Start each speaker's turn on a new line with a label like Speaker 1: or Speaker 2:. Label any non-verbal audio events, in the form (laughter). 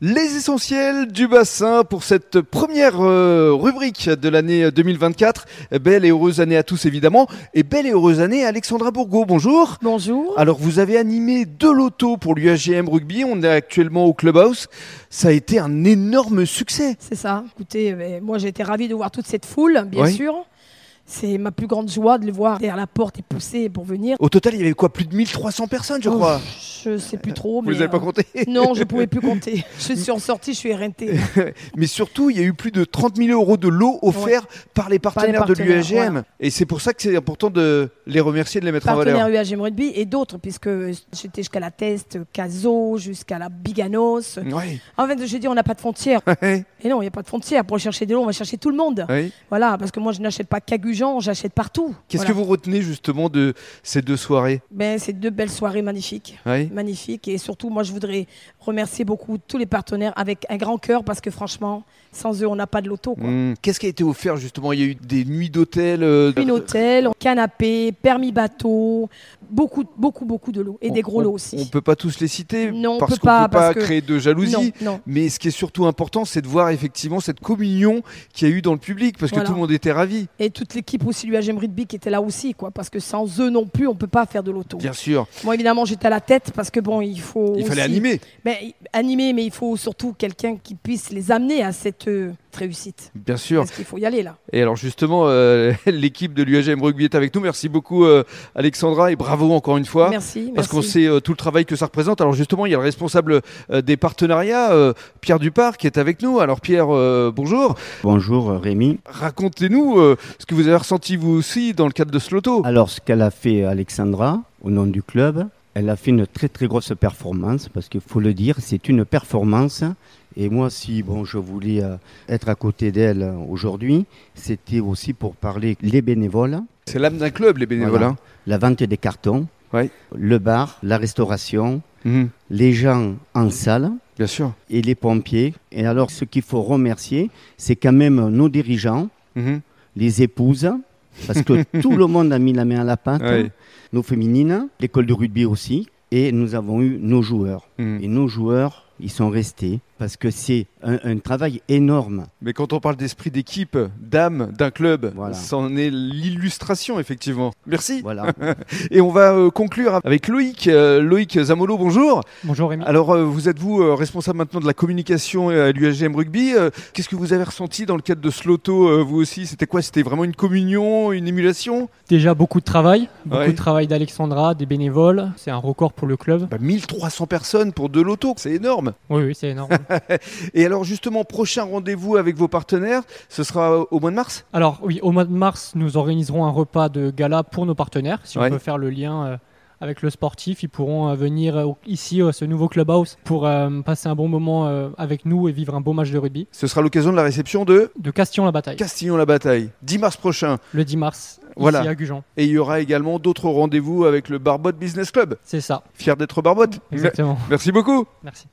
Speaker 1: Les essentiels du bassin pour cette première euh, rubrique de l'année 2024. Belle et heureuse année à tous évidemment. Et belle et heureuse année à Alexandra Bourgo. Bonjour.
Speaker 2: Bonjour.
Speaker 1: Alors vous avez animé deux lotos pour l'UAGM Rugby. On est actuellement au Clubhouse. Ça a été un énorme succès.
Speaker 2: C'est ça. Écoutez, mais moi j'ai été ravie de voir toute cette foule, bien
Speaker 1: Oui.
Speaker 2: sûr. C'est ma plus grande joie de les voir derrière la porte et pousser pour venir.
Speaker 1: Au total, il y avait quoi Plus de 1300 personnes, je
Speaker 2: Oh,
Speaker 1: crois.
Speaker 2: je sais plus trop.
Speaker 1: Vous
Speaker 2: mais,
Speaker 1: les avez pas
Speaker 2: euh,
Speaker 1: comptés
Speaker 2: Non, je pouvais plus
Speaker 1: (laughs)
Speaker 2: compter. Je suis ressortie, je suis RNT.
Speaker 1: Mais surtout, il y a eu plus de 30 000 euros de lots offerts par les partenaires,
Speaker 2: partenaires,
Speaker 1: de l'UAGM. Et c'est pour ça que c'est important de les remercier, de les mettre en
Speaker 2: Partenaire
Speaker 1: valeur.
Speaker 2: UAGM Rugby et d'autres, puisque j'étais jusqu'à la Teste, Caso, jusqu'à la Biganos.
Speaker 1: (laughs) Oui,
Speaker 2: En fait, je dis, on n'a pas de frontières.
Speaker 1: oui,
Speaker 2: Et non, il n'y a pas de frontières. Pour chercher des lots, on va chercher tout le monde.
Speaker 1: oui.
Speaker 2: Voilà, parce que moi, je n'achète pas qu'à Gujan, j'achète partout.
Speaker 1: Qu'est-ce
Speaker 2: Voilà.
Speaker 1: que vous retenez justement de ces deux soirées
Speaker 2: Ben, c'est deux belles soirées magnifiques.
Speaker 1: Oui.
Speaker 2: magnifique. Et surtout, moi, je voudrais remercier beaucoup tous les partenaires avec un grand cœur parce que franchement, sans eux, on n'a pas de l'auto. Quoi.
Speaker 1: Hmm. Qu'est-ce qui a été offert justement Il y a eu des nuits d'hôtel. euh,
Speaker 2: Une hôtel, canapé, permis bateau, beaucoup, beaucoup, beaucoup de l'eau et des
Speaker 1: on-
Speaker 2: gros lots
Speaker 1: on- On
Speaker 2: aussi.
Speaker 1: peut pas tous les citer
Speaker 2: Non, on
Speaker 1: parce
Speaker 2: peut
Speaker 1: qu'on
Speaker 2: pas,
Speaker 1: peut pas
Speaker 2: parce que-
Speaker 1: créer de jalousie.
Speaker 2: non, non.
Speaker 1: Mais ce qui est surtout important, c'est de voir effectivement cette communion qu'il y a eu dans le public parce que
Speaker 2: Voilà.
Speaker 1: tout le monde était ravi,
Speaker 2: Et toute l'équipe aussi, l'UAGM Rugby qui était là aussi, quoi, parce que sans eux non plus, on peut pas faire de l'auto.
Speaker 1: bien sûr.
Speaker 2: Moi, évidemment, j'étais à la tête parce que bon, il faut.
Speaker 1: Il fallait
Speaker 2: aussi-
Speaker 1: animer.
Speaker 2: Ben, animer, mais il faut surtout quelqu'un qui puisse les amener à cette euh, réussite.
Speaker 1: Bien sûr.
Speaker 2: Parce qu'il faut y aller là.
Speaker 1: Et alors justement, euh, (laughs) l'équipe de l'UAGM Rugby est avec nous. Merci beaucoup euh, Alexandra et bravo encore une fois.
Speaker 2: merci.
Speaker 1: Parce qu'on
Speaker 2: merci.
Speaker 1: sait euh, tout le travail que ça représente. Alors justement, il y a le responsable euh, des partenariats, euh, Pierre Dupart, qui est avec nous. Alors Pierre, euh, bonjour.
Speaker 3: Bonjour euh, Rémi.
Speaker 1: Racontez-nous euh, ce que vous avez ressenti vous aussi dans le cadre de ce loto.
Speaker 3: Alors ce qu'elle a fait Alexandra au nom du club, elle a fait une très très grosse performance parce qu'il faut le dire, c'est une performance. Et moi si bon je voulais euh, être à côté d'elle euh, aujourd'hui, c'était aussi pour parler les bénévoles,
Speaker 1: C'est l'âme d'un club, les bénévoles.
Speaker 3: Voilà.
Speaker 1: hein.
Speaker 3: la vente des cartons,
Speaker 1: Ouais.
Speaker 3: le bar, la restauration,
Speaker 1: Mhm,
Speaker 3: les gens en salle.
Speaker 1: Bien sûr.
Speaker 3: Et les pompiers. Et alors, ce qu'il faut remercier, c'est quand même nos dirigeants,
Speaker 1: Mhm,
Speaker 3: les épouses, parce que tout le monde a mis la main à la pâte.
Speaker 1: Ouais.
Speaker 3: nos féminines, l'école de rugby aussi, et nous avons eu nos joueurs.
Speaker 1: mhm.
Speaker 3: Et nos joueurs, ils sont restés parce que c'est un, un travail énorme.
Speaker 1: Mais quand on parle d'esprit d'équipe, d'âme d'un club,
Speaker 3: Voilà.
Speaker 1: c'en est l'illustration effectivement. Merci.
Speaker 3: Voilà.
Speaker 1: Et on va euh, conclure avec Loïc. Euh, Loïc Zamolo, bonjour.
Speaker 4: Bonjour Rémi.
Speaker 1: Alors, euh, vous êtes vous euh, responsable maintenant de la communication euh, à l'UAGM Rugby. Euh, Qu'est-ce que vous avez ressenti dans le cadre de ce loto, euh, vous aussi C'était quoi C'était vraiment une communion, une émulation
Speaker 4: Déjà beaucoup de travail, beaucoup
Speaker 1: Ouais.
Speaker 4: de travail d'Alexandra, des bénévoles. C'est un record pour le club.
Speaker 1: bah, 1300 personnes pour deux lotos, c'est énorme.
Speaker 4: Oui, oui, c'est énorme.
Speaker 1: Et alors, justement, prochain rendez-vous avec vos partenaires, ce sera euh, au mois de mars
Speaker 4: (laughs) Alors oui, au mois de mars, nous organiserons un repas de gala pour nos partenaires. Si
Speaker 1: Ouais.
Speaker 4: on peut faire le lien euh, avec le sportif, ils pourront euh, venir euh, au- ici à ce nouveau clubhouse pour euh, passer un bon moment euh, avec nous et vivre un beau match de rugby.
Speaker 1: Ce sera l'occasion de la réception de
Speaker 4: De Castillon-la-Bataille,
Speaker 1: Castillon-la-Bataille, 10 mars prochain.
Speaker 4: le 10 mars,
Speaker 1: Voilà.
Speaker 4: ici à Gujan.
Speaker 1: Et il y aura également d'autres rendez-vous avec le Barbot Business Club.
Speaker 4: C'est ça,
Speaker 1: Fier d'être Barbot.
Speaker 4: exactement.
Speaker 1: Merci beaucoup.
Speaker 4: Merci.